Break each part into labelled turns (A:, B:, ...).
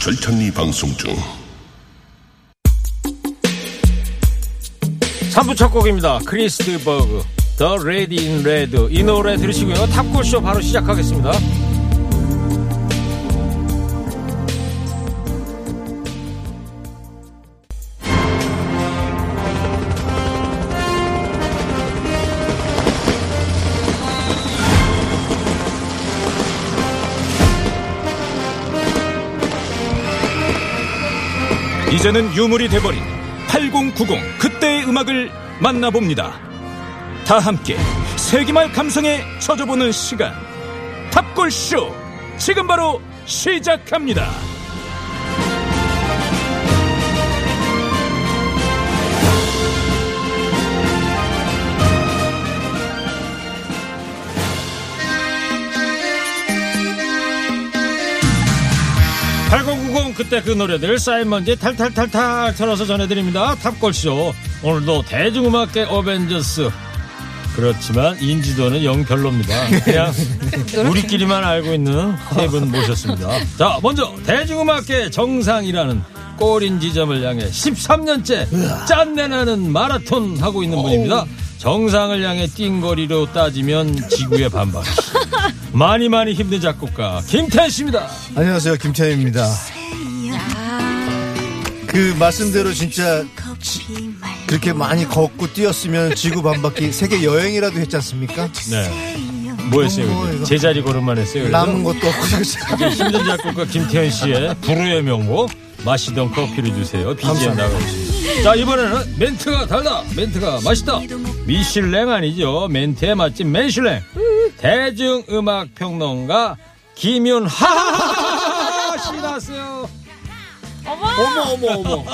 A: 절찬리 방송 중
B: 3부 첫 곡입니다 크리스트 버그 The Red in Red 이 노래 들으시고요 탑골쇼 바로 시작하겠습니다
C: 이제는 유물이 돼버린 8090 그때의 음악을 만나봅니다. 다 함께 세기말 감성에 젖어보는 시간. 탑골쇼! 지금 바로 시작합니다.
B: 팔공구공 그때 그 노래들 쌓인 먼지 탈탈탈탈 털어서 전해드립니다 탑골쇼 오늘도 대중음악계 어벤져스 그렇지만 인지도는 영 별로입니다 그냥 우리끼리만 알고 있는 세 분 모셨습니다 자 먼저 대중음악계 정상이라는 꼬린 지점을 향해 13년째 짠내나는 마라톤 하고 있는 분입니다 정상을 향해 뛴거리로 따지면 지구의 반바퀴 많이 많이 힘든 작곡가 김태현 씨입니다
D: 안녕하세요 김태현입니다. 그 말씀대로 진짜 그렇게 많이 걷고 뛰었으면 지구 반바퀴 세계 여행이라도 했지 않습니까?
B: 네. 뭐 했어요?
D: 뭐
B: 근데?
D: 이거.
B: 제자리 걸음만 했어요. 그래서?
D: 남은 것도 없고 진짜.
B: 힘든 작곡가 김태현 씨의 불후의 명곡 마시던 커피를 주세요. BGM
D: 감사합니다.
B: 나가보시죠. 자 이번에는 멘트가 달라. 멘트가 맛있다. 미슐랭 아니죠. 멘트에 맛집 맨슐랭. 대중음악 평론가 김윤하 씨 나왔어요.
D: 어머 어머 어머.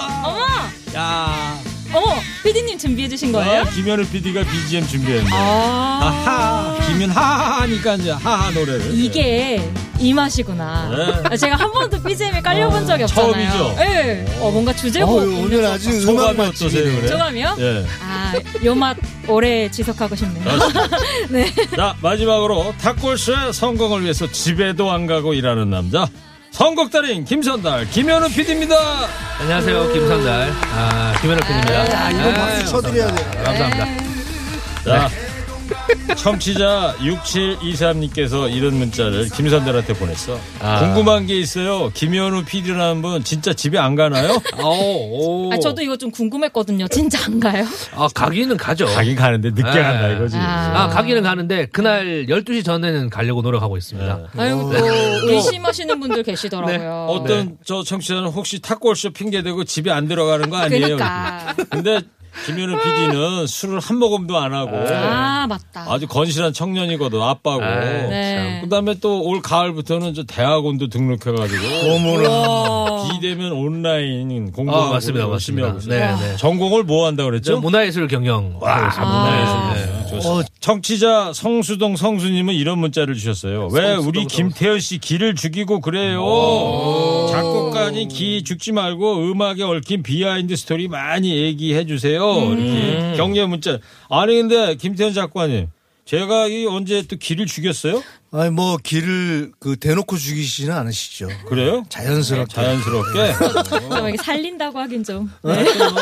B: 야,
E: 어머, 피디님 준비해 주신 거예요?
B: 아, 김현우 PD가 BGM 준비했네.
E: 아,
B: 아하, 김윤하 하니까 이제 하하 노래를.
E: 이게 이 맛이구나.
B: 네.
E: 제가 한 번도 BGM에 깔려본 적이 없잖아요.
B: 처음이죠?
E: 네. 어, 뭔가 주제곡.
D: 어우, 오늘 아주 음악
B: 소감이 어떠세요?
D: 맛집이네.
B: 그래?
E: 조감이요?
B: 예.
E: 아, 요 맛 오래 지속하고 싶네요. 네.
B: 자 마지막으로 탁골쇼의 성공을 위해서 집에도 안 가고 일하는 남자 선곡달인 김선달 김현우 PD입니다
F: 안녕하세요, 김선달. 아, 김현욱 PD입니다.
E: 예.
F: 아,
D: 이거 박수 쳐드려야 돼.
F: 감사합니다.
B: 자 네. 청취자 6723님께서 이런 문자를 김선달한테 보냈어
F: 아.
B: 궁금한 게 있어요 김현우 PD라는 분 진짜 집에 안 가나요?
F: 오, 오.
E: 아, 저도 이거 좀 궁금했거든요. 진짜 안 가요?
F: 아, 가기는 가죠.
B: 가긴 가는데 늦게
F: 네.
B: 간다 이거지
F: 아, 가기는 가는데, 그날 12시 전에는 가려고 노력하고 있습니다.
B: 예.
E: 아이고, 또 의심하시는 분들 계시더라고요.
B: 네.
E: 네.
B: 어떤 저 청취자는 혹시 탁골쇼 핑계대고 집에 안 들어가는 거 아니에요?
E: 그러니까.
B: 근데 김현우 PD는 술을 한 모금도 안 하고
E: 아, 맞다.
B: 네. 아주 건실한 청년이거든 아빠고
F: 아이,
E: 네.
B: 그다음에 또 올 가을부터는 저 대학원도 등록해가지고
D: 어머나.
B: 비대면 온라인 공부하고
F: 아, 맞습니다,
B: 열심히
F: 맞습니다.
B: 하고 있어요.
F: 네, 네.
B: 전공을 뭐 한다
F: 저
B: 그랬죠?
F: 문화예술 경영. 하고 있습니다.
B: 네, 좋습니다. 청취자 성수동 성수님은 이런 문자를 주셨어요. 왜 우리 김태현 씨 기를 죽이고 그래요? 작곡가니 기 죽지 말고 음악에 얽힌 비하인드 스토리 많이 얘기해 주세요. 이렇게 격려 문자. 아니 근데 김태현 작가님, 제가 이 언제 또 기를 죽였어요?
D: 아니 뭐 길을 그 대놓고 죽이시는 않으시죠.
B: 그래요?
D: 자연스럽게.
F: 네,
B: 자연스럽게
E: 좀 이게 살린다고 하긴 좀.
B: 어.
F: 네.
B: 그래서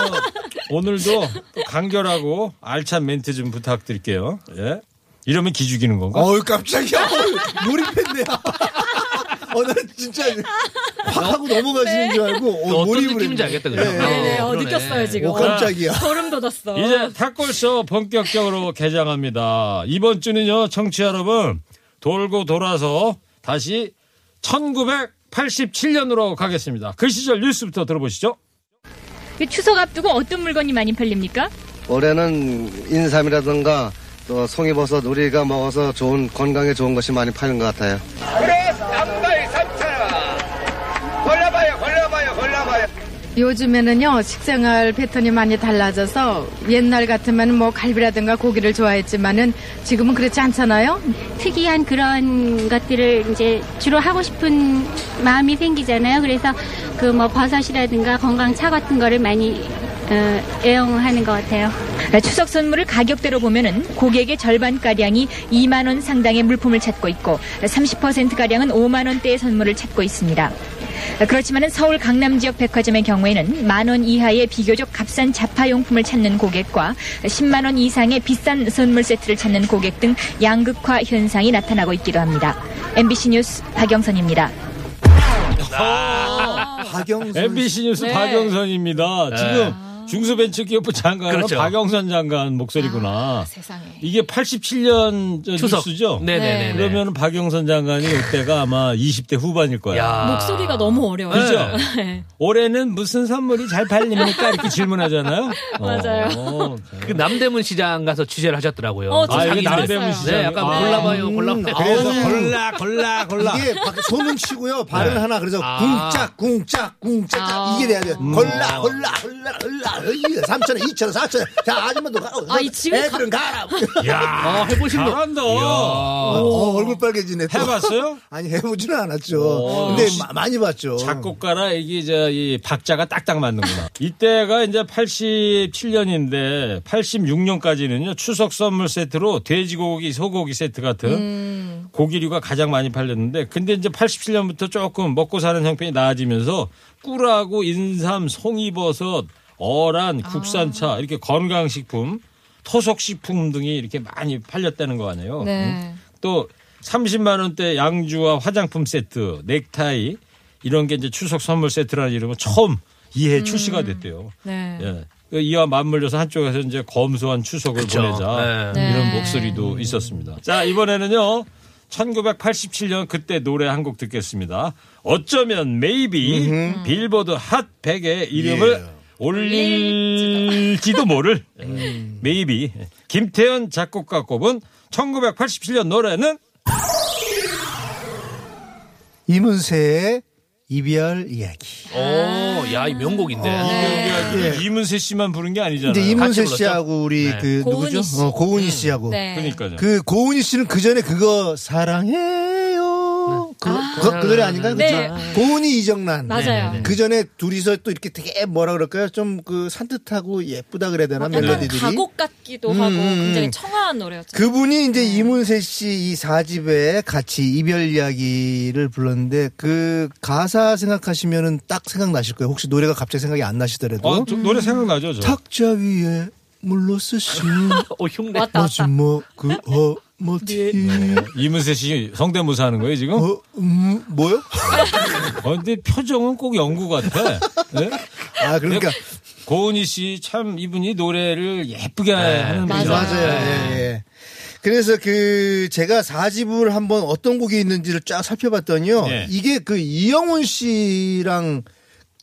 B: 오늘도 또 간결하고 알찬 멘트 좀 부탁드릴게요. 예? 이러면 기 죽이는 건가?
D: 어우 깜짝이야. 어우, 몰입했네. 어, 난 진짜 확 하고 넘어가시는 줄 알고.
F: 또
D: 어,
F: 네. 어떤
D: 몰입을
F: 느낌인지
D: 했네.
F: 알겠다, 그죠?
D: 네.
E: 네, 어,
F: 그러네.
E: 느꼈어요, 지금.
D: 오 깜짝이야.
E: 소름 돋았어.
B: 이제 탁골쇼 본격적으로 개장합니다. 이번 주는요, 청취자 여러분, 돌고 돌아서 다시 1987년으로 가겠습니다. 그 시절 뉴스부터 들어보시죠.
E: 그 추석 앞두고 어떤 물건이 많이 팔립니까?
G: 올해는 인삼이라든가 또 송이버섯 우리가 먹어서 좋은 건강에 좋은 것이 많이 파는 것 같아요.
H: 그래, 삼발 삼차. 골라봐요, 골라봐요, 골라봐요. 요즘에는요 식생활 패턴이 많이 달라져서 옛날 같으면 뭐 갈비라든가 고기를 좋아했지만은 지금은 그렇지 않잖아요.
I: 특이한 그런 것들을 이제 주로 하고 싶은 마음이 생기잖아요. 그래서 그 뭐 버섯이라든가 건강차 같은 거를 많이 어, 애용하는 것 같아요.
J: 네, 추석 선물을 가격대로 보면은 고객의 절반 가량이 2만 원 상당의 물품을 찾고 있고 30% 가량은 5만 원대의 선물을 찾고 있습니다. 네, 그렇지만은 서울 강남 지역 백화점의 경우에는 만 원 이하의 비교적 값싼 자파용품을 찾는 고객과 10만 원 이상의 비싼 선물 세트를 찾는 고객 등 양극화 현상이 나타나고 있기도 합니다. MBC 뉴스 박영선입니다.
B: 박영선 MBC 뉴스
F: 네.
B: 박영선입니다. 지금 중소벤처기업부 장관은
F: 그렇죠. 아,
B: 박영선 장관 목소리구나. 이게 87년 저
F: 추석.
B: 뉴스죠?
F: 네네네.
B: 그러면 박영선 장관이 이때가 아마 20대 후반일 거야.
F: 야.
E: 아, 목소리가 너무 어려워요.
B: 그죠?
E: 네.
B: 올해는 무슨 선물이 잘 팔립니까? 이렇게 질문하잖아요.
E: 맞아요.
B: 어,
F: 그 남대문 시장 가서 취재를 하셨더라고요.
E: 어, 저
B: 아,
E: 자기
B: 여기 남대문
E: 있어요.
B: 시장이요?
F: 네, 약간
B: 아.
F: 골라봐요, 골라봐요. 어,
D: 그래서
B: 어. 골라, 골라, 골라.
D: 이게 박- 손은 치고요. 발은
F: 네.
D: 하나 그래서
F: 아.
D: 궁짝 궁짝 궁짝
E: 아.
D: 이게 돼야 돼요.
F: 음.
D: 걸라 걸라 걸라 걸라 3천 원, 2천 원, 4천 원. 자 아줌마도 가.
E: 아, 이 지금
D: 애들은 가라.
B: 야,
F: 어, 해보신 거.
B: 잘한다.
D: 어, 얼굴 빨개지네. 또.
B: 해봤어요?
D: 아니 해보지는 않았죠.
F: 어.
B: 오,
D: 근데
B: 역시
D: 마- 많이 봤죠.
B: 작곡가라 이게 이제 이 박자가 딱딱 맞는구나. 이때가 이제 87년인데 86년까지는요 추석 선물 세트로 돼지고기, 소고기 세트 같은 고기류가 가장 많이 팔렸는데 근데 이제 87년부터 조금 먹고 사는 형편이 나아지면서 꿀하고 인삼, 송이버섯, 어란, 국산차 이렇게 건강식품, 토속식품 등이 이렇게 많이 팔렸다는 거 아니에요? 음.
E: 네.
B: 또 30만 원대 양주와 화장품 세트, 넥타이 이런 게 이제 추석 선물 세트라는 이름은 처음 이해 출시가 됐대요.
E: 네.
B: 예. 그 이와 맞물려서 한쪽에서 이제 검소한 추석을
F: 그쵸.
B: 보내자
F: 네.
B: 이런
E: 네.
B: 목소리도 있었습니다. 자 이번에는요 1987년 그때 노래 한 곡 듣겠습니다. 어쩌면 메이비 빌보드 핫 100의 이름을 올릴지도 모를 메이비 김태현 작곡가 꼽은 1987년 노래는
D: 이문세의 이별 이야기.
F: 어, 오, 야, 이 명곡인데.
E: 어, 네.
B: 이병기가 이문세 씨만 부른 게 아니잖아요.
D: 근데 이문세
F: 불렀죠?
D: 씨하고 우리
F: 네. 음.
D: 그
E: 고은희
D: 누구죠?
E: 씨.
D: 어, 고은희 씨하고
E: 네.
B: 그러니까요.
D: 그 고은희 씨는 그 전에 그거 사랑해요. 그, 그, 그 노래 아닌가요?
E: 네.
D: 그쵸? 고은희 이정란.
E: 맞아요.
D: 그 전에 둘이서 또 이렇게 되게 뭐라 그럴까요? 좀 그 산뜻하고 예쁘다 그래야 되나
E: 어, 약간
D: 멜로디들이.
E: 가곡 같기도 하고
D: 음,
E: 굉장히
D: 음.
E: 청아한 노래였죠.
D: 그분이
E: 네.
D: 이제 이문세 씨 이 사집에 같이 이별 이야기를 불렀는데 그 가사 생각하시면은 딱 생각나실 거예요. 혹시 노래가 갑자기 생각이 안 나시더라도
B: 어, 저 노래 생각나죠, 저.
D: 탁자 위에 물로 쓰신
F: 어, 흉내.
E: 왔다 왔다.
D: 마지막 그 어머티
B: 이문세 씨 성대모사 하는 거예요, 지금?
D: 어, 음, 뭐요?
B: 어, 근데 표정은 꼭 영구 같아. 네?
D: 아 그러니까
B: 고은희 씨, 참 이분이 노래를 예쁘게 하는 네. 분이죠.
E: 맞아요. 네.
D: 맞아요. 예, 예. 그래서 그 제가 4집을 한번 어떤 곡이 있는지를 쫙 살펴봤더니요.
E: 네.
B: 예.
D: 이게 그 이영훈 씨랑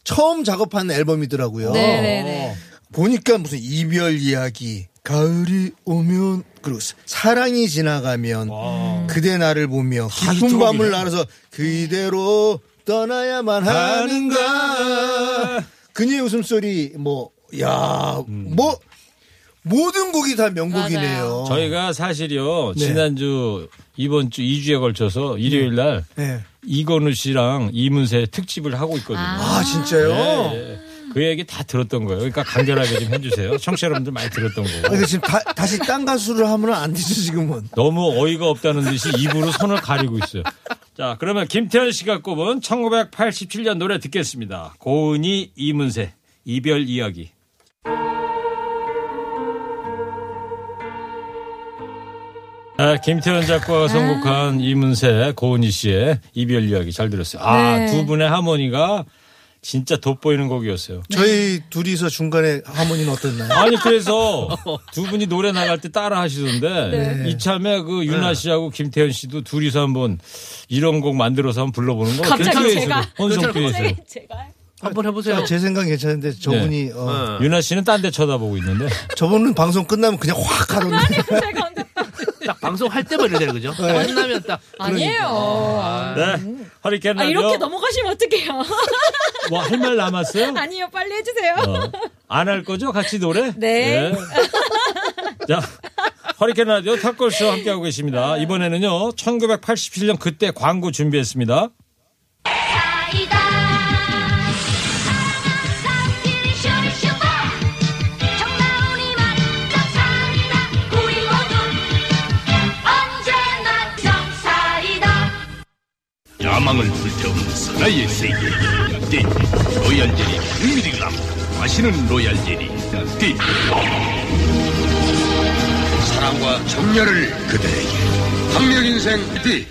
D: 처음 작업한 앨범이더라고요.
E: 네네네.
D: 보니까 무슨 이별 이야기, 가을이 오면 그리고 사- 사랑이 지나가면 그대 나를 보며 깊은 밤을 날아서 그대로 떠나야만 하는가. 그녀의 웃음소리 뭐, 뭐야뭐 모든 곡이 다 명곡이네요.
B: 저희가 사실요,
D: 네.
B: 지난주, 이번 주 2주에 걸쳐서 일요일 날
D: 네.
B: 이건우 씨랑 이문세 특집을 하고 있거든요.
D: 아 진짜요?
B: 예, 예. 그 얘기 다 들었던 거예요. 그러니까 간결하게 좀 해주세요. 청취자 여러분들 많이 들었던
D: 아,
B: 거예요.
D: 근데 지금 다, 시딴 가수를 하면 안 되죠 지금은.
B: 너무 어이가 없다는 듯이 입으로 손을 가리고 있어요. 자, 그러면 김태현 씨가 꼽은 1987년 노래 듣겠습니다. 고은이 이문세 이별 이야기. 아, 김태현 작가가 선곡한 이문세 고은이 씨의 이별 이야기 잘 들었어요. 아,
E: 네.
B: 두 분의 하모니가 진짜 돋보이는 곡이었어요.
D: 저희 둘이서 중간에 하모니는 어땠나요?
B: 아니 그래서 두 분이 노래 나갈 때 따라 하시던데
E: 네.
B: 이참에 그 윤아 씨하고 김태현 씨도 둘이서 한번 이런 곡 만들어서 한번 불러보는 거
E: 갑자기 제가?
B: 혼성 듀엣으로
E: 갑자기 네, 제가
F: 한번 해보세요.
D: 제 생각 괜찮은데 저분이 어,
F: 어.
B: 윤아 씨는 딴 데 쳐다보고 있는데
D: 저분은 방송 끝나면 그냥 확 가던데.
E: 제가 언제-
F: 딱 방송할 때만 이래야 되는 거죠? 끝나면 딱.
E: 아니에요.
B: 네 허리케인
E: 아,
B: 라디오.
E: 이렇게 넘어가시면 어떡해요?
B: 뭐 할 말 남았어요?
E: 아니요, 빨리 해주세요.
B: 어. 안 할 거죠? 같이 노래?
E: 네.
B: 예. 자, 허리케인 라디오 탑골쇼 함께하고 계십니다.
E: 네.
B: 이번에는요, 1987년 그때 광고 준비했습니다.
A: 야망을 불태우는 사나이의 세계 띠 로얄젤리 100mg 마시는 로얄젤리 띠 사랑과 정열을 그대에게 한명 인생 띠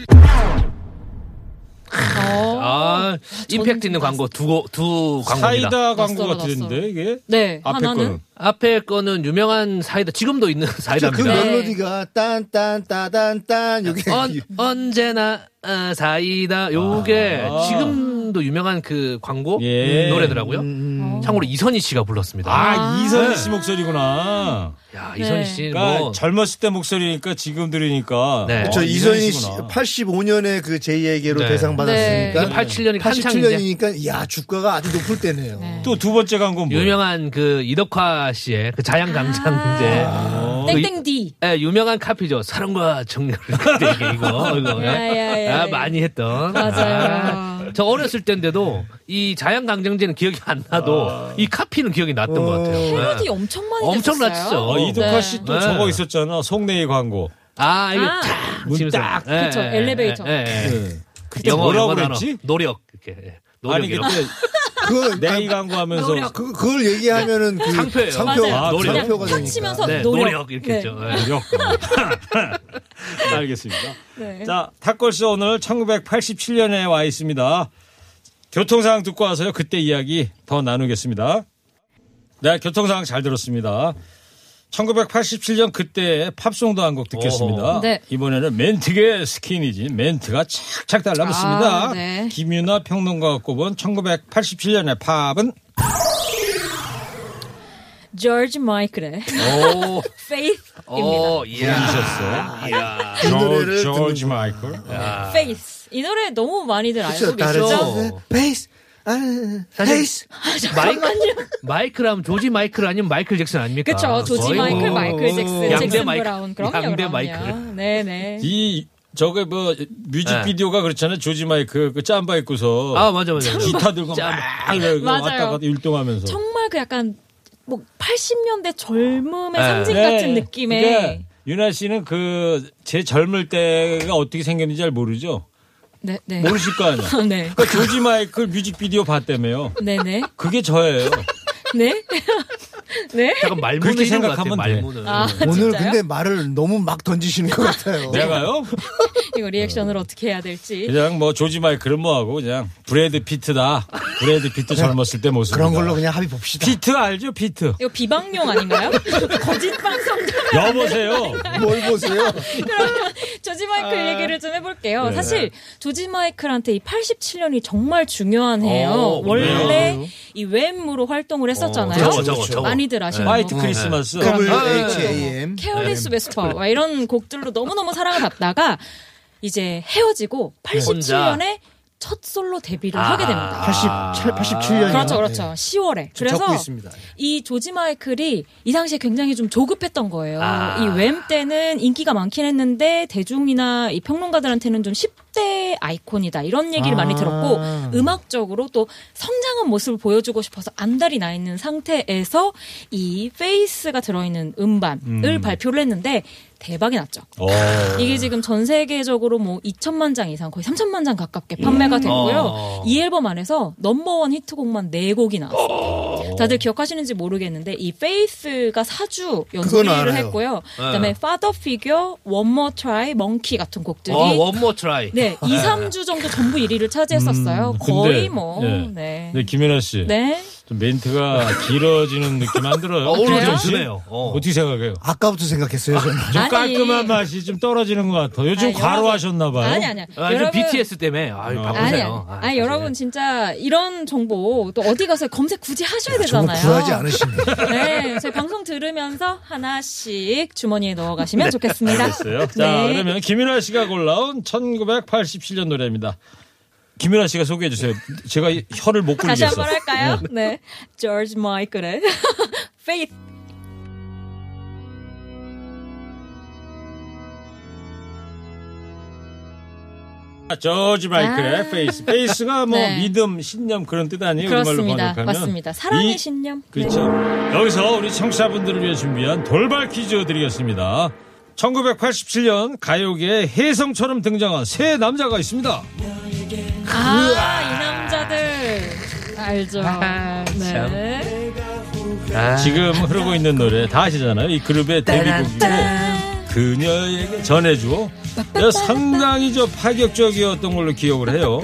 E: 어.
F: 아, 임팩트 있는 광고 두, 고- 두 광고입니다.
B: 사이다 광고 같은데, 이게?
E: 네,
F: 앞에 거는? 앞에 거는 유명한 사이다, 지금도 있는
D: 그
F: 사이다입니다.
E: 네.
D: 멜로디가 딴딴 따단 딴 요게
E: 어,
F: 언, 언제나 아, 사이다 요게 지금도 유명한 그 광고
B: 아. 예.
F: 음, 노래더라고요. 참고로 이선희 씨가 불렀습니다.
B: 아, 이선희
F: 네.
B: 씨 목소리구나.
F: 야, 이선희 씨
B: 그러니까
F: 뭐
B: 젊었을 때 목소리니까 지금 들으니까. 어,
F: 네.
D: 그렇죠. 이선희 씨
B: 씨구나.
D: 85년에 그 제2에게로
B: 네.
D: 대상 받았으니까
F: 네. 87년이 한창
D: 87년이니까 야 주가가 아주 높을 때네요.
B: 또 두 번째 광고 뭐예요?
F: 유명한 그 이덕화 씨의 그 자양강장제
B: 아.
E: 땡땡디.
F: 예, 유명한 카피죠. 사랑과 정열을 그때 이게 이거 이거
E: 야, 야, 야,
F: 아,
E: 야.
F: 많이 했던
E: 맞아요.
F: 아, 저 어렸을 때인데도 이 자양강장제는 기억이 안 나도
B: 아.
F: 이 카피는 기억이 났던 것 같아요.
E: 패러디
F: 예.
E: 엄청 많이
F: 엄청
E: 됐었어요.
F: 났죠.
B: 어, 이동화
E: 네.
B: 씨또
F: 네.
B: 저거 있었잖아. 속내의 광고.
F: 아, 이거
E: 아.
F: 탁!
B: 문
F: 지르면서.
B: 딱. 네.
F: 예,
E: 그쵸,
F: 예, 예,
E: 엘리베이터.
F: 예, 예.
B: 그때
F: 영어,
B: 뭐라고
F: 영어 단어.
B: 그랬지?
F: 노력. 이렇게. 예.
B: 아니,
F: 노력이라고.
B: 그때
D: 그
B: 내이 광고 하면서.
D: 그, 그걸 얘기하면은 그
F: 상표예요.
D: 상표
E: 맞아요.
B: 아,
F: 노력.
E: 그냥
D: 상표가
E: 탁
D: 되니까.
E: 치면서
F: 네,
E: 노력.
F: 노력. 이렇게
E: 네.
F: 했죠. 예.
B: 노력. 알겠습니다.
E: 네.
B: 자, 탁골씨 오늘 1987년에 와 있습니다. 교통상황 듣고 와서요. 그때 이야기 더 나누겠습니다. 네, 교통상황 잘 들었습니다. 1987년 그때 팝송도 한 곡 듣겠습니다.
E: 오호. 네.
B: 이번에는 멘트계 스킨이지 멘트가 착착 달라붙습니다.
E: 아, 네.
B: 김윤아 평론가가 꼽은 1987년의 팝은
E: 조지 마이클의
F: 오,
E: Faith입니다. 아.
F: 오, 예.
B: 아.
F: 이야. 이야.
D: 아, 이 노래를
B: 조-
D: 듣는
B: 조지 마이클.
F: 아.
E: Faith. 이 노래 너무 많이들 알고
D: 그렇죠. 다른
E: 계시죠?
D: 사람의 베이스 아, 베이스
E: 아,
F: 마이크, 마이클 하면 조지 마이클 아니면 마이클 잭슨 아닙니까?
E: 그쵸. 조지
F: 거의
E: 마이클,
F: 뭐
E: 마이클 잭슨,
F: 양대
E: 잭슨
F: 마이클,
E: 브라운. 그럼요,
F: 양대
E: 그럼요.
F: 마이클.
E: 네네.
B: 이 저게 뭐
E: 네.
B: 뮤직비디오가 그렇잖아요. 조지 마이클 그 짬바 입고서
F: 아, 맞아, 맞아. 맞아.
B: 기타 들고
F: 짬바.
B: 막 이러고
E: 맞아요.
B: 왔다 갔다 율동하면서
E: 정말 그 약간 뭐 80년대 젊음의
F: 네.
E: 상징 같은 느낌의
B: 그러니까 유나 씨는 그 제 젊을 때가 어떻게 생겼는지 잘 모르죠.
E: 네, 네.
B: 모르실 거 아니야.
E: 네.
B: 그러니까 조지 마이클 뮤직비디오 봤다며요.
E: 네네.
B: 그게 저예요.
E: 네. 네.
F: 약간 말문을
B: 그렇게
F: 잃은 것 같아요,
B: 생각하면 돼.
F: 말문을.
E: 아,
D: 오늘
E: 진짜요?
D: 근데 말을 너무 막 던지시는 것 같아요.
B: 내가요?
E: 이거 리액션을 어떻게 해야 될지.
B: 그냥 뭐 조지 마이클은 뭐하고 그냥 브래드 피트다. 브래드 피트 젊었을 때 모습.
D: 그런 걸로 그냥 합의 봅시다.
B: 피트 알죠? 피트.
E: 이거 비방용 아닌가요? 거짓 방송자.
D: 네.
B: 여보세요.
D: 뭘 보세요?
E: 그러면 조지 마이클
F: 아.
E: 얘기를 좀 해볼게요.
F: 네.
E: 사실 조지 마이클한테 이 87년이 정말 중요한 해요.
F: 어,
E: 원래 이 웸으로 활동을 했었잖아요.
F: 저거, 저거, 네. 저거.
E: 많이들
D: 네.
E: 아시는
B: 화이트
E: 거.
B: 크리스마스.
D: WHAM
E: 케어리스
F: 네.
E: 베스퍼 와 이런 곡들로 너무너무 사랑을 받다가 이제 헤어지고 87년에 첫 솔로 데뷔를
F: 아,
E: 하게 됩니다.
D: 87, 87년이요. 네.
E: 그렇죠, 그렇죠.
D: 적고
E: 10월에. 그래서
D: 있습니다.
E: 이 조지 마이클이 이 당시에 굉장히 좀 조급했던 거예요.
F: 아.
E: 이 웸 때는 인기가 많긴 했는데 대중이나 이 평론가들한테는 좀 10대 아이콘이다 이런 얘기를 많이 들었고 음악적으로 또 성장한 모습을 보여주고 싶어서 안달이 나 있는 상태에서 이 페이스가 들어있는 음반을 발표를 했는데 대박이 났죠.
B: 어.
E: 이게 지금 전 세계적으로 뭐 2천만 장 이상 거의 3천만 장 가깝게 판매가 됐고요.
F: 어.
E: 이 앨범 안에서 넘버원 히트곡만 4곡이 나왔습니다. 다들 기억하시는지 모르겠는데 이 페이스가 4주 연속
D: 그건
E: 1위를
D: 알아요.
E: 했고요. 그다음에 Father Figure, One More Try, Monkey 같은 곡들이
F: 어, 원모 트라이.
E: 네, 2, 3주 정도 전부 1위를 차지했었어요.
B: 근데,
E: 거의 뭐
B: 예.
E: 네.
B: 네, 김연아 씨.
E: 네.
B: 좀 멘트가 길어지는 느낌 안 들어요?
F: 어, 오늘 좀
B: 김연아 씨?
F: 주네요. 어.
B: 어떻게 생각해요?
D: 아까부터 생각했어요. 저는.
B: 좀
E: 아니.
B: 깔끔한 맛이 좀 떨어지는 것 같아요. 요즘
E: 아니,
B: 과로하셨나봐요.
E: 아니 아니야.
F: 아, 좀 BTS 때문에. 아,
E: 아니, 아니,
F: 바쁘세요.
E: 아니, 여러분 진짜 이런 정보 또 어디 가서 검색 굳이 하셔야
D: 정말
E: 되잖아요.
D: 구하지 않으시네.
E: 네, 저희 방송 들으면서 하나씩 주머니에 넣어가시면 좋겠습니다. 네.
B: 알겠어요. 자, 그러면 김윤아 씨가 골라온 1987년 노래입니다. 김연아 씨가 소개해 주세요. 제가 이 혀를 못
E: 다시
B: 굴리겠어.
E: 한번 할까요? 네. George Michael의 Faith.
B: 저지 마이클의
E: 아.
B: 페이스. 페이스가 뭐
E: 네.
B: 믿음, 신념 그런 뜻 아니에요? 우리말로
E: 그렇습니다.
B: 번역하면.
E: 맞습니다. 사랑의
B: 이-
E: 신념. 네.
B: 그렇죠.
D: 네.
B: 여기서 우리 청취자분들을 위해 준비한 돌발 퀴즈 드리겠습니다. 1987년 가요계에 혜성처럼 등장한 세 남자가 있습니다.
E: 아, 이 남자들. 알죠. 네.
B: 지금 흐르고 있는 노래 다 아시잖아요. 이 그룹의 데뷔곡이고 그녀에게 전해주어 상당히 저 파격적이었던 걸로 기억을 해요.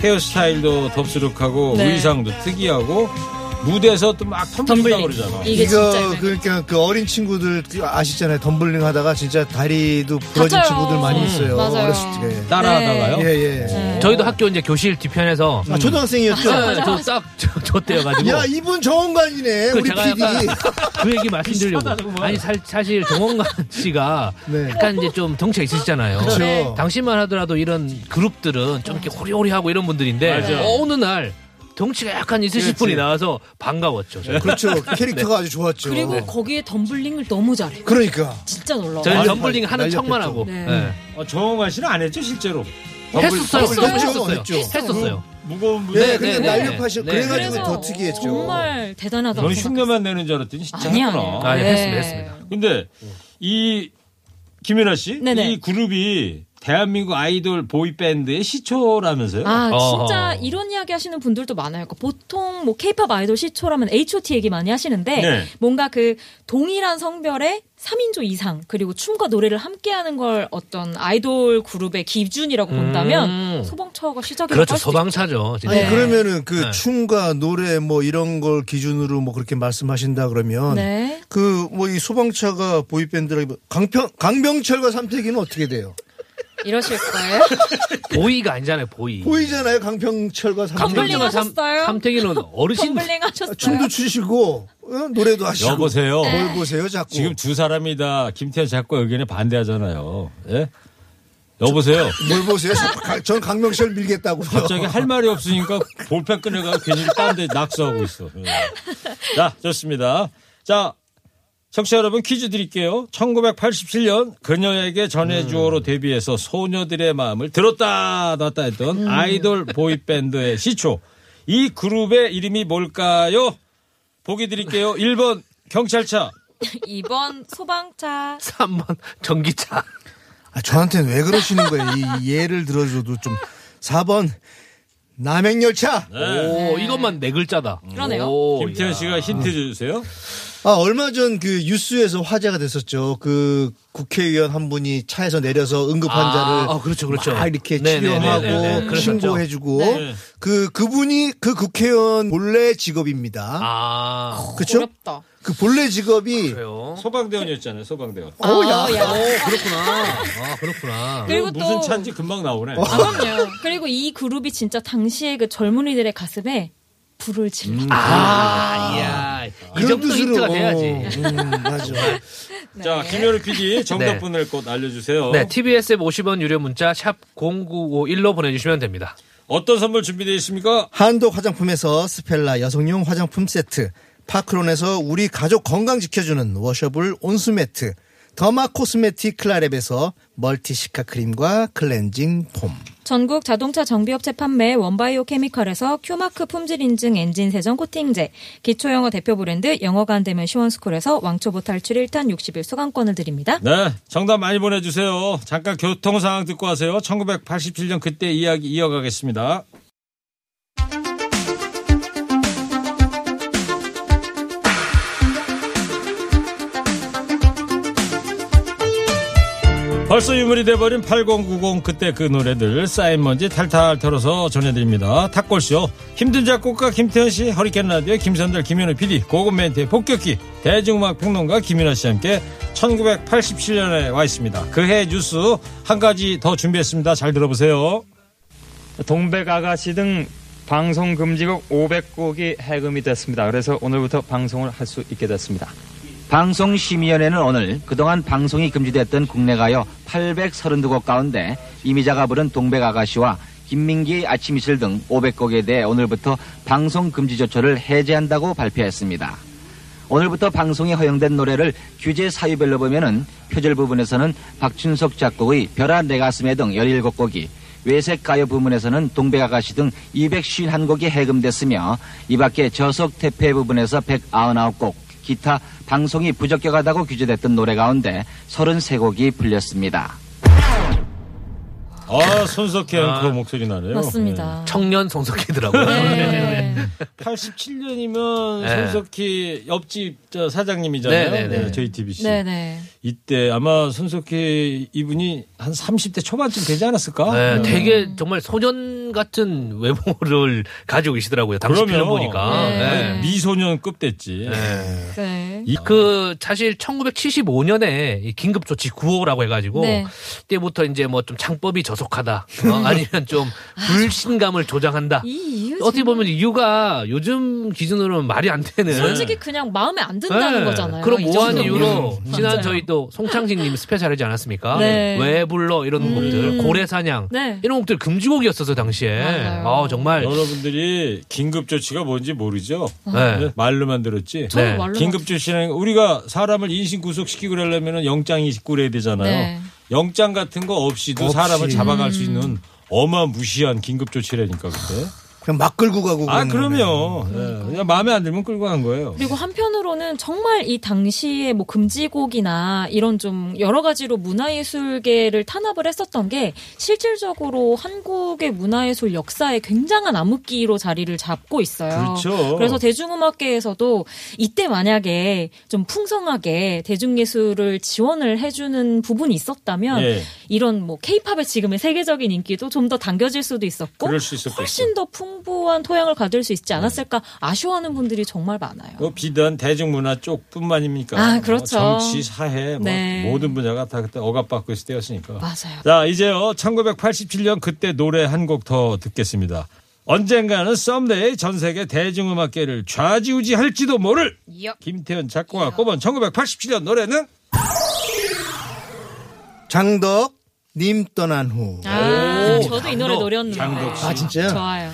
B: 헤어스타일도 덥수룩하고
D: 네.
B: 의상도 특이하고 무대에서 또 막 텀블링 그러잖아.
D: 이거 그러니까 그 어린 친구들 아시잖아요. 덤블링 하다가 진짜 다리도 부러진
B: 다쳐요.
D: 친구들 많이 있어요.
B: 맞아요.
D: 어렸을 때
F: 따라하다가요?
D: 예 예.
F: 저희도 학교 이제 교실 뒤편에서
D: 아, 초등학생이었죠?
F: 저딱저 때여가지고
D: 야 이분 정원관이네
F: 그
D: 우리
F: 제가
D: PD.
F: 약간 그 얘기 말씀드리려고. 아니 살, 사실 정원관 씨가 약간 이제 좀 덩치가 있으시잖아요.
D: 네. 그쵸. 네.
F: 당시만 하더라도 이런 그룹들은 좀 이렇게 호리호리하고 이런 분들인데
D: 맞아.
F: 어느 날 덩치가 약간 있으실
D: 그렇지.
F: 분이 나와서 반가웠죠. 저는.
D: 그렇죠. 캐릭터가 아주 좋았죠.
E: 그리고 거기에 덤블링을 너무 잘해.
D: 그러니까.
E: 진짜 놀라워.
F: 저는 덤블링 하는 척만 하고.
E: 네.
F: 네.
B: 어, 정홍환 씨는 안 했죠 실제로?
F: 했었어요.
B: 덤블- 덤블-
F: 했었어요.
B: 덤블-
F: 했죠. 했었어요.
B: 무거운 무대.
D: 네, 근데 날렵하시
B: 네.
D: 그래가지고
B: 그래서
D: 더 특이했죠.
E: 정말 대단하다고
B: 넌
E: 생각.
B: 흉내만 내는 줄 알았더니 진짜
E: 아니야,
B: 했구나.
E: 아니야. 아, 예, 네. 했습니다, 했습니다.
B: 근데 이 김연아 씨,
E: 네네.
B: 이 그룹이 대한민국 아이돌 보이 밴드의 시초라면서요?
E: 아 진짜 이런 이야기 하시는 분들도 많아요. 그러니까 보통 뭐 케이팝 아이돌 시초라면 H.O.T 얘기 많이 하시는데
B: 네.
E: 뭔가 그 동일한 성별의 3인조 이상 그리고 춤과 노래를 함께하는 걸 어떤 아이돌 그룹의 기준이라고 본다면
F: 음.
E: 소방차가 시작이라고
F: 그렇죠.
E: 할 수도
F: 소방차죠. 진짜.
D: 아니 그러면은 그
F: 네.
D: 춤과 노래 뭐 이런 걸 기준으로 뭐 그렇게 말씀하신다 그러면
E: 네.
D: 그 뭐 이 소방차가 보이밴드라기 강평 강병철과 삼태기는 어떻게 돼요?
E: 이러실 거예요.
F: 보이가 아니잖아요. 보이.
D: 보이잖아요 강평철과 삼태기 아,
E: 덤블링 하셨어요?
F: 삼태기는 어르신
E: 덤블링 하셨어요.
D: 춤도 추시고 어? 노래도 하시고
B: 네. 여보세요.
E: 네.
D: 뭘 보세요 자꾸
B: 지금 두 사람이 다 김태현 작가 의견에 반대하잖아요. 예? 여보세요.
D: 뭘 보세요? 자꾸 가- 전 강명철 밀겠다고
B: 갑자기 할 말이 없으니까 볼펜 꺼내가 괜히 딴 데 낙서하고 있어. 예. 자, 좋습니다. 자, 청취자 여러분 퀴즈 드릴게요. 1987년 그녀에게 전해주어로 데뷔해서 소녀들의 마음을 들었다 놨다 했던 아이돌 보이밴드의 시초. 이 그룹의 이름이 뭘까요? 보기 드릴게요. 1번 경찰차,
E: 2번 소방차.
F: 3번 전기차.
D: 아, 저한테는 왜 그러시는 거예요? 이 예를 들어줘도 좀 4번 남행열차.
B: 네.
F: 오, 이것만 네 글자다.
E: 그러네요.
F: 오,
B: 김태현
F: 야. 음.
B: 씨가 힌트 주세요.
D: 아, 얼마 전 그 뉴스에서 화제가 됐었죠. 그 국회의원 한 분이 차에서 내려서 응급
F: 아,
B: 어,
D: 환자를
F: 아, 그렇죠, 그렇죠.
D: 막 이렇게
F: 네, 네,
D: 치료하고
F: 네, 네, 네. 그랬었죠.
D: 신고해주고
F: 네.
D: 그 그분이 그 국회의원 본래 직업입니다.
F: 아,
D: 그렇죠? 그 본래 직업이
F: 어?
B: 소방대원이었잖아요, 소방대원.
D: 어, 야.
F: 그렇구나. 아, 그렇구나.
E: 그리고 또-
B: 무슨 차인지 금방 나오네.
F: 어?
E: 아, 그럼요. 그리고 이 그룹이 진짜 당시에 그 젊은이들의 가슴에 불을 질렀다.
F: 아, 이야. 이
D: 그런
F: 정도
D: 뜻으로.
F: 힌트가
D: 어,
F: 돼야지.
D: 음, 맞아.
B: 자, 김효리 PD 정답
F: 네.
B: 보낼 곳 알려주세요.
F: 네, TBS 50원 유료 문자 샵 0951로 보내주시면 됩니다.
B: 어떤 선물 준비되어 있습니까?
D: 한독 화장품에서 스펠라 여성용 화장품 세트, 파크론에서 우리 가족 건강 지켜주는 워셔블 온수 매트, 더마 코스메틱 클라랩에서 멀티 시카 크림과 클렌징 폼.
E: 전국 자동차 정비업체 판매 원바이오 케미컬에서 큐마크 품질 인증 엔진 세정 코팅제, 기초영어 대표 브랜드 영어가 안 되면 시원스쿨에서 왕초보 탈출 1탄 60일 수강권을 드립니다.
B: 네, 정답 많이 보내주세요. 잠깐 교통 상황 듣고 하세요. 1987년 그때 이야기 이어가겠습니다. 벌써 유물이 돼버린 8090 그때 그 노래들 쌓인 먼지 탈탈 털어서 전해드립니다. 탁골쇼 힘든 작곡가 김태현 씨, 허리케인 라디오 김선달, 김현우 PD, 고급 멘트의 폭격기 대중음악 평론가 김윤아 씨와 함께 1987년에 와 있습니다. 그해 뉴스 한 가지 더 준비했습니다. 잘 들어보세요.
K: 동백 아가씨 등 방송 금지곡 500곡이 해금이 됐습니다. 그래서 오늘부터 방송을 할 수 있게 됐습니다.
L: 방송심의위원회는 오늘 그동안 방송이 금지됐던 국내 가요 832곡 가운데 이미자가 부른 동백 아가씨와 김민기 아침 이슬 등 500곡에 대해 오늘부터 방송 금지 조처를 해제한다고 발표했습니다. 오늘부터 방송에 허용된 노래를 규제 사유별로 보면은 표절 부분에서는 박춘석 작곡의 별아 내 가슴에 등 17곡이 외색 가요 부문에서는 동백아가씨 등 251곡이 해금됐으며 이 밖에 저속 태폐 부분에서 199곡, 기타 방송이 부적격하다고 규제됐던 노래 가운데 33곡이 불렸습니다.
B: 아, 손석희 앵커 목소리 나네요.
E: 맞습니다.
F: 청년 손석희더라고요.
B: 네. 87년이면
F: 네.
B: 손석희 옆집 저 사장님이잖아요.
F: 네, 네, 네.
B: 네, 저희 TBC.
E: 네네.
B: 이때 아마 손석희 이분이 한 30대 초반쯤 되지 않았을까?
F: 네,
B: 음.
F: 되게 정말 소년 같은 외모를 가지고 계시더라고요. 당시
B: 그럼요.
F: 필름 보니까.
B: 네. 미소년급 됐지.
E: 네.
F: 이- 그 사실 1975년에 이 긴급조치 9호라고 해가지고
E: 네.
F: 그때부터 이제 뭐 좀 창법이 저속하다 어, 아니면 좀 불신감을 조장한다
E: 이 이유
F: 어떻게
E: 정말
F: 보면 이유가 요즘 기준으로는 말이 안 되는
E: 솔직히 그냥 마음에 안 든다는
F: 네.
E: 거잖아요.
F: 그럼
E: 이
F: 뭐한
E: 정도면. 음,
F: 이유로 지난
E: 맞아요.
F: 저희 또 송창식님 스페셜 하지 않았습니까?
E: 네. 음.
F: 왜 불러 이런 곡들 고래사냥
E: 네. 어.
F: 이런 곡들 금지곡이었어서 당시에 아 정말
B: 여러분들이 긴급 조치가 뭔지 모르죠.
F: 네.
B: 말로만 들었지.
F: 저도 네. 말로만
B: 긴급 조치는 우리가 사람을 인신 구속시키고 그러려면 영장 이식구려야 되잖아요.
F: 네.
B: 영장 같은 거 없이도
D: 없이.
B: 사람을 잡아갈 수
D: 음.
B: 있는 어마무시한 긴급 조치라니까 그때.
D: 그냥 막 끌고 가고
B: 아
D: 그런 거네.
B: 그럼요. 예, 그냥 마음에 안 들면 끌고 간 거예요.
E: 그리고 한편으로는 정말 이 당시에 뭐 금지곡이나 이런 좀 여러 가지로 문화예술계를 탄압을 했었던 게 실질적으로 한국의 문화예술 역사에 굉장한 암흑기로 자리를 잡고 있어요.
M: 그렇죠.
E: 그래서 대중음악계에서도 이때 만약에 좀 풍성하게 대중예술을 지원을 해주는 부분이 있었다면
M: 예.
E: 이런 뭐 케이팝의 지금의 세계적인 인기도 좀 더 당겨질 수도 있었고
B: 그럴 수 있었겠죠. 네.
E: 훨씬 더 풍부한 토양을 가질 수 있지 않았을까 아쉬워하는 분들이 정말 많아요.
B: 뭐 비단 대중문화 쪽뿐만입니까?
E: 아,
B: 뭐
E: 그렇죠.
B: 정치, 사회, 뭐
E: 네.
B: 모든 분야가 다 그때 억압받고 있을 때였으니까.
E: 맞아요.
B: 자, 이제요. 1987년 그때 노래 한 곡 더 듣겠습니다. 언젠가는 썸데이 전 세계 대중음악계를 좌지우지할지도 모를 김태현 작곡가 꼽은 1987년 노래는
D: 장덕 님 떠난 후.
E: 아, 저도 이 노래 노렸는데.
D: 아 진짜요?
E: 좋아요.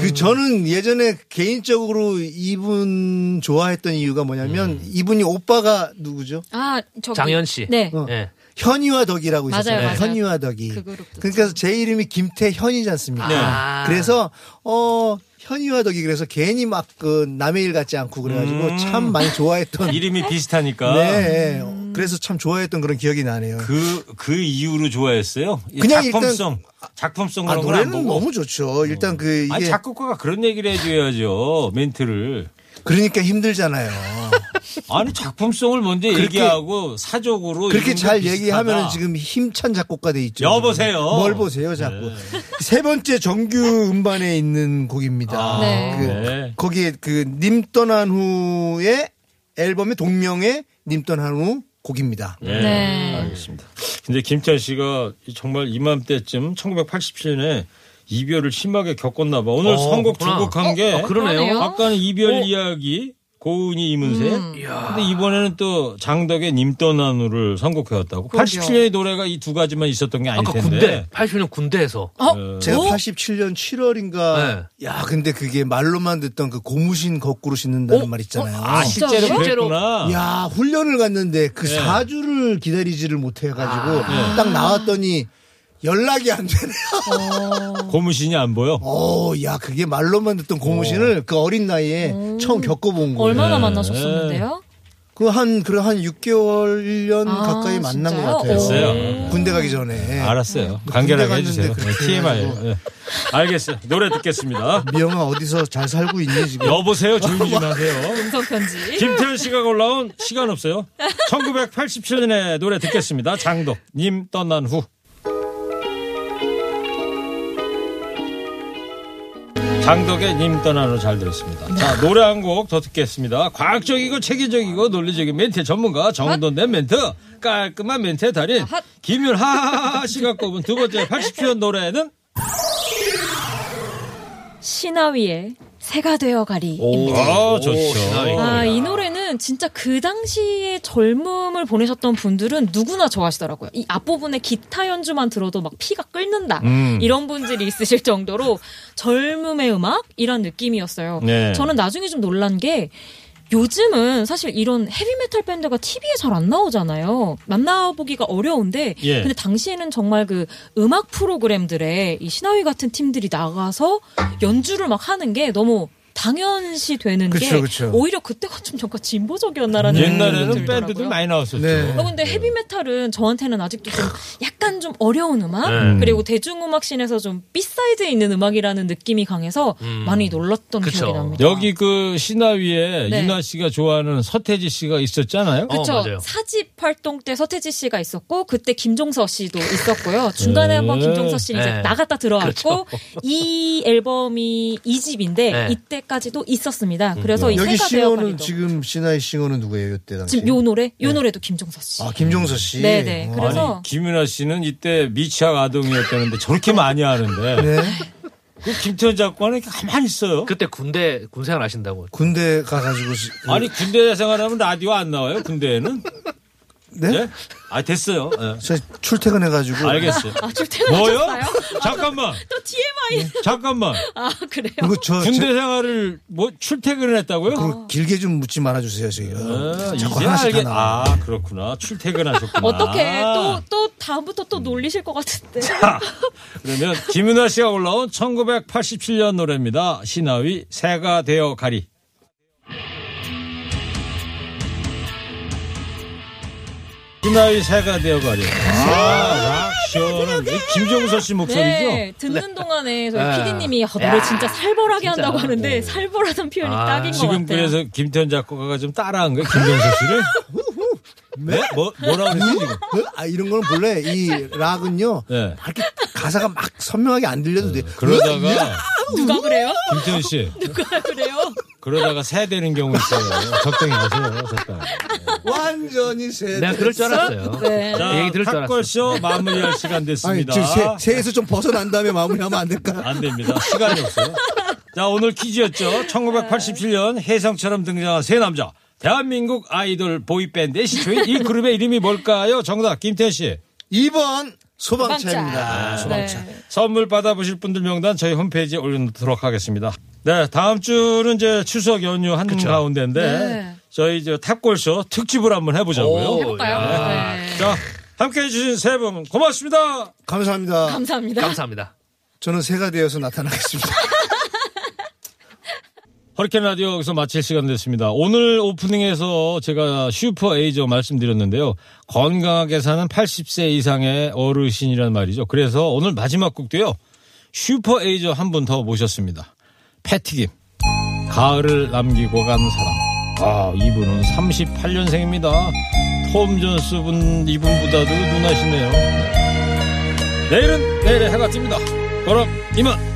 D: 그 저는 예전에 개인적으로 이분 좋아했던 이유가 뭐냐면
B: 음.
D: 이분이 오빠가 누구죠?
E: 아, 저기.
F: 장현 씨.
E: 네.
D: 어.
F: 예.
D: 현이와 덕이라고
E: 맞아요,
D: 있었어요.
E: 맞아요.
D: 현이와 덕이.
E: 그 그룹도
D: 그러니까 제 이름이 김태현이지 않습니까?
F: 네. 아.
D: 그래서 어 현이와 덕이 그래서 괜히 막 그 남의 일 같지 않고 그래가지고
B: 음.
D: 참 많이 좋아했던
B: 이름이 비슷하니까.
D: 네.
E: 음.
D: 그래서 참 좋아했던 그런 기억이 나네요.
B: 그, 그 이유로 좋아했어요. 이
D: 그냥 일단-
B: 작품성. 작품성
D: 아
B: 그런 걸 안
D: 노래는
B: 보고. 어.
D: 너무 좋죠. 일단 그 이게
B: 아니, 작곡가가 그런 얘기를 해줘야죠. 멘트를.
D: 그러니까 힘들잖아요.
B: 아니, 작품성을 먼저
D: 그렇게-
B: 얘기하고 사적으로.
D: 그렇게
B: 이런 게
D: 잘
B: 비슷하다.
D: 얘기하면 지금 힘찬 작곡가 돼 있죠.
B: 여보세요. 네.
D: 뭘 보세요, 자꾸. 세 번째 정규 음반에 있는 곡입니다.
B: 네.
D: 그,
B: 네.
D: 거기에 그 님 떠난 후의 앨범의 동명의 님 떠난 후 곡입니다.
B: 네. 알겠습니다. 근데 김태현 씨가 정말 이맘때쯤 1987년에 이별을 심하게 겪었나 봐. 오늘
F: 어,
B: 선곡 두
F: 그렇구나.
B: 곡 한 게.
F: 어, 어, 그러네요.
B: 아까는 이별
F: 어.
B: 이야기. 고은이 이문세.
F: 음.
B: 근데 이번에는 또 장덕의 님 떠난 후를 선곡해 왔다고.
F: 그러게요.
B: 87년의 노래가 이 두 가지만 있었던 게 아닐
F: 아까
B: 텐데.
F: 군대 80년 군대에서
E: 어?
D: 어, 제가 87년 7월인가
B: 네.
D: 야 근데 그게 말로만 듣던 그 고무신 거꾸로 신는다는 말 있잖아요.
B: 아, 실제로 진짜요? 그랬구나.
D: 야 훈련을 갔는데 그
B: 네.
D: 사 4주를 기다리지를 못해가지고
B: 아.
D: 딱 나왔더니 연락이 안 되네.
B: 고무신이 안 보여.
D: 어, 야 그게 말로만 듣던 고무신을 그 어린 나이에 처음 겪어본 거예요.
E: 얼마나 만나셨었는데요?
D: 그한 그래 한 6개월 1년
E: 아,
D: 가까이 만난
E: 진짜요?
D: 것 같아요.
B: 됐어요. 아.
D: 군대 가기 전에.
B: 알았어요. 간결하게
D: 네. 군대 갔는데
B: 해주세요. 네,
D: 그렇게
B: TMI.
D: 해가지고.
B: 알겠어요. 노래 듣겠습니다.
D: 미영아 어디서 잘 살고 있니 지금?
B: 여보세요. 조용히 좀 하세요.
E: 음성 편지.
B: 김태현 씨가 올라온 시간 없어요. 1987년의 노래 듣겠습니다. 장덕 님 떠난 후. 장덕의 님 떠난 후 잘 들었습니다. 자, 노래 한 곡 더 듣겠습니다. 과학적이고 체계적이고 논리적인 멘트 전문가 정돈된 멘트 깔끔한 멘트의 달인 김윤하 씨가 꼽은 두 번째 87년 노래는
E: 신하위의 새가 되어 가리.
B: 아, 좋죠.
E: 아, 이 노래는 저는 진짜 그 당시에 젊음을 보내셨던 분들은 누구나 좋아하시더라고요. 이 앞부분에 기타 연주만 들어도 막 피가 끓는다.
M: 음.
E: 이런 분들이 있으실 정도로 젊음의 음악? 이런 느낌이었어요.
M: 네.
E: 저는 나중에 좀 놀란 게 요즘은 사실 이런 헤비메탈 밴드가 TV에 잘 안 나오잖아요. 만나보기가 어려운데
M: 예.
E: 근데 당시에는 정말 그 음악 프로그램들에 이 신화위 같은 팀들이 나가서 연주를 막 하는 게 너무 당연시 되는 게
B: 그쵸, 그쵸.
E: 오히려 그때가 좀 잠깐 진보적이었나라는 생각이
B: 옛날에는
E: 들더라고요.
B: 밴드들 많이 나왔었죠.
D: 네.
E: 어, 근데 헤비메탈은 저한테는 아직도 좀 약간 좀 어려운 음악
B: 네.
E: 그리고 대중음악 씬에서 좀 B사이드에 있는 음악이라는 느낌이 강해서
B: 음.
E: 많이 놀랐던 기억이 납니다.
B: 여기 그 신화위에
E: 네. 어.
B: 이나 씨가 좋아하는 서태지 씨가 있었잖아요.
E: 그쵸. 사집 활동 때 서태지 씨가 있었고, 그때 김종서 씨도 있었고요. 중간에
B: 네.
E: 한번 김종서 씨는 이제
B: 네. 그렇죠.
E: 나갔다 들어왔고, 이 앨범이 이집인데
D: 네.
E: 이때까지도 있었습니다.
B: 음.
E: 그래서 이
D: 여기
E: 세가
D: 싱어는
E: 되어가는
D: 지금 신화의 싱어는 누구예요? 이때 당시.
E: 지금 요 노래? 요 노래도 김종서 씨.
D: 아 김종서 씨.
E: 네네.
D: 어.
E: 그래서
B: 네. 아니, 김윤아 씨는 이때 미취학 아동이었다는데 저렇게 많이 하는데.
D: 네.
B: 그 김태현 작가는 가만히 있어요.
F: 그때 군대 군생활 하신다고.
D: 군대 가가지고 시-
B: 아니 군대 생활하면 라디오 안 나와요 군대에는?
D: 네?
B: 아 됐어요. 예.
D: 저 출퇴근해가지고.
B: 알겠어요.
E: 아, 출퇴근
B: 뭐요? 네.
E: 하셨어요? 아,
B: 잠깐만.
E: 또, 또 TMI.
B: 잠깐만.
E: 아, 그래요?
D: 그리고 저-
B: 군대
D: 제-
B: 생활을 뭐 출퇴근을 했다고요?
D: 그거 길게 좀 묻지 말아주세요 지금.
B: 아,
D: 자꾸
B: 이제
D: 하나씩
B: 알겠.
D: 다 나와.
B: 아 그렇구나. 출퇴근하셨구나.
E: 어떻게
B: 아.
E: 또, 또 다음부터 또 놀리실 것 같은데.
B: 그러면 김윤아 씨가 올라온 1987년 노래입니다. 신화위 새가 되어 가리. 신화위 새가 되어 가리. 아, 락쇼는 김종서 씨 목소리죠?
E: 네, 듣는 동안에 저희
B: 네.
E: PD님이 아,
B: 야,
E: 노래 진짜 살벌하게
B: 진짜. 네.
E: 한다고 하는데 살벌하다는 표현이 딱인 것
B: 지금
E: 같아요.
B: 그래서 김태현 작곡가가 좀 따라한 거예요, 김종서 씨를? 네? 뭐, 뭐라고 그랬지, 지금?
D: 그, 아, 이런 거는 본래 이 락은요.
B: 네.
D: 막 이렇게 가사가 막 선명하게 안 들려도 돼.
B: 그러다가
E: 누가 그래요?
B: 김태현 씨
E: 누가 그래요?
B: 그러다가 새 되는 경우 있어요. 적당히 하세요. 적당히.
D: 완전히 새.
F: 내가 그럴 줄 알았어요. 그
E: 네.
B: 자,
F: 얘기 들을 줄 네. 알았어.
B: 탁걸쇼 마무리할 시간 됐습니다.
D: 아니, 지금 새, 새에서 좀 벗어난 다음에 마무리하면 안 될까요?
B: 안 됩니다. 시간이 없어요. 자, 오늘 퀴즈였죠.
F: 네.
B: 1987년 혜성처럼 등장한 세 남자. 대한민국 아이돌 보이밴드의 시초인 이 그룹의 이름이 뭘까요? 정답, 김태현 씨.
D: 2번 소방차입니다. 소방차.
E: 네.
B: 선물 받아보실 분들 명단 저희 홈페이지에 올려놓도록 하겠습니다. 네, 다음 주는 이제 추석 연휴 한 가운데인데
M: 네.
B: 저희 이제 탑골쇼 특집을 한번 해보자고요.
M: 오, 해볼까요?
B: 야.
E: 네.
B: 자, 함께 해주신 세 분 고맙습니다.
D: 감사합니다.
E: 감사합니다.
F: 감사합니다.
D: 저는 새가 되어서 나타나겠습니다.
B: 허리케인 라디오 여기서 마칠 시간 됐습니다. 오늘 오프닝에서 제가 슈퍼 에이저 말씀드렸는데요. 건강하게 사는 80세 이상의 어르신이란 말이죠. 그래서 오늘 마지막 곡도요. 슈퍼 에이저 한 분 더 모셨습니다. 패티김. 가을을 남기고 간 사람. 아, 이분은 38년생입니다. 톰 존스 분, 이분보다도 누나시네요. 내일은 내일의 해가 뜹니다. 그럼 이만.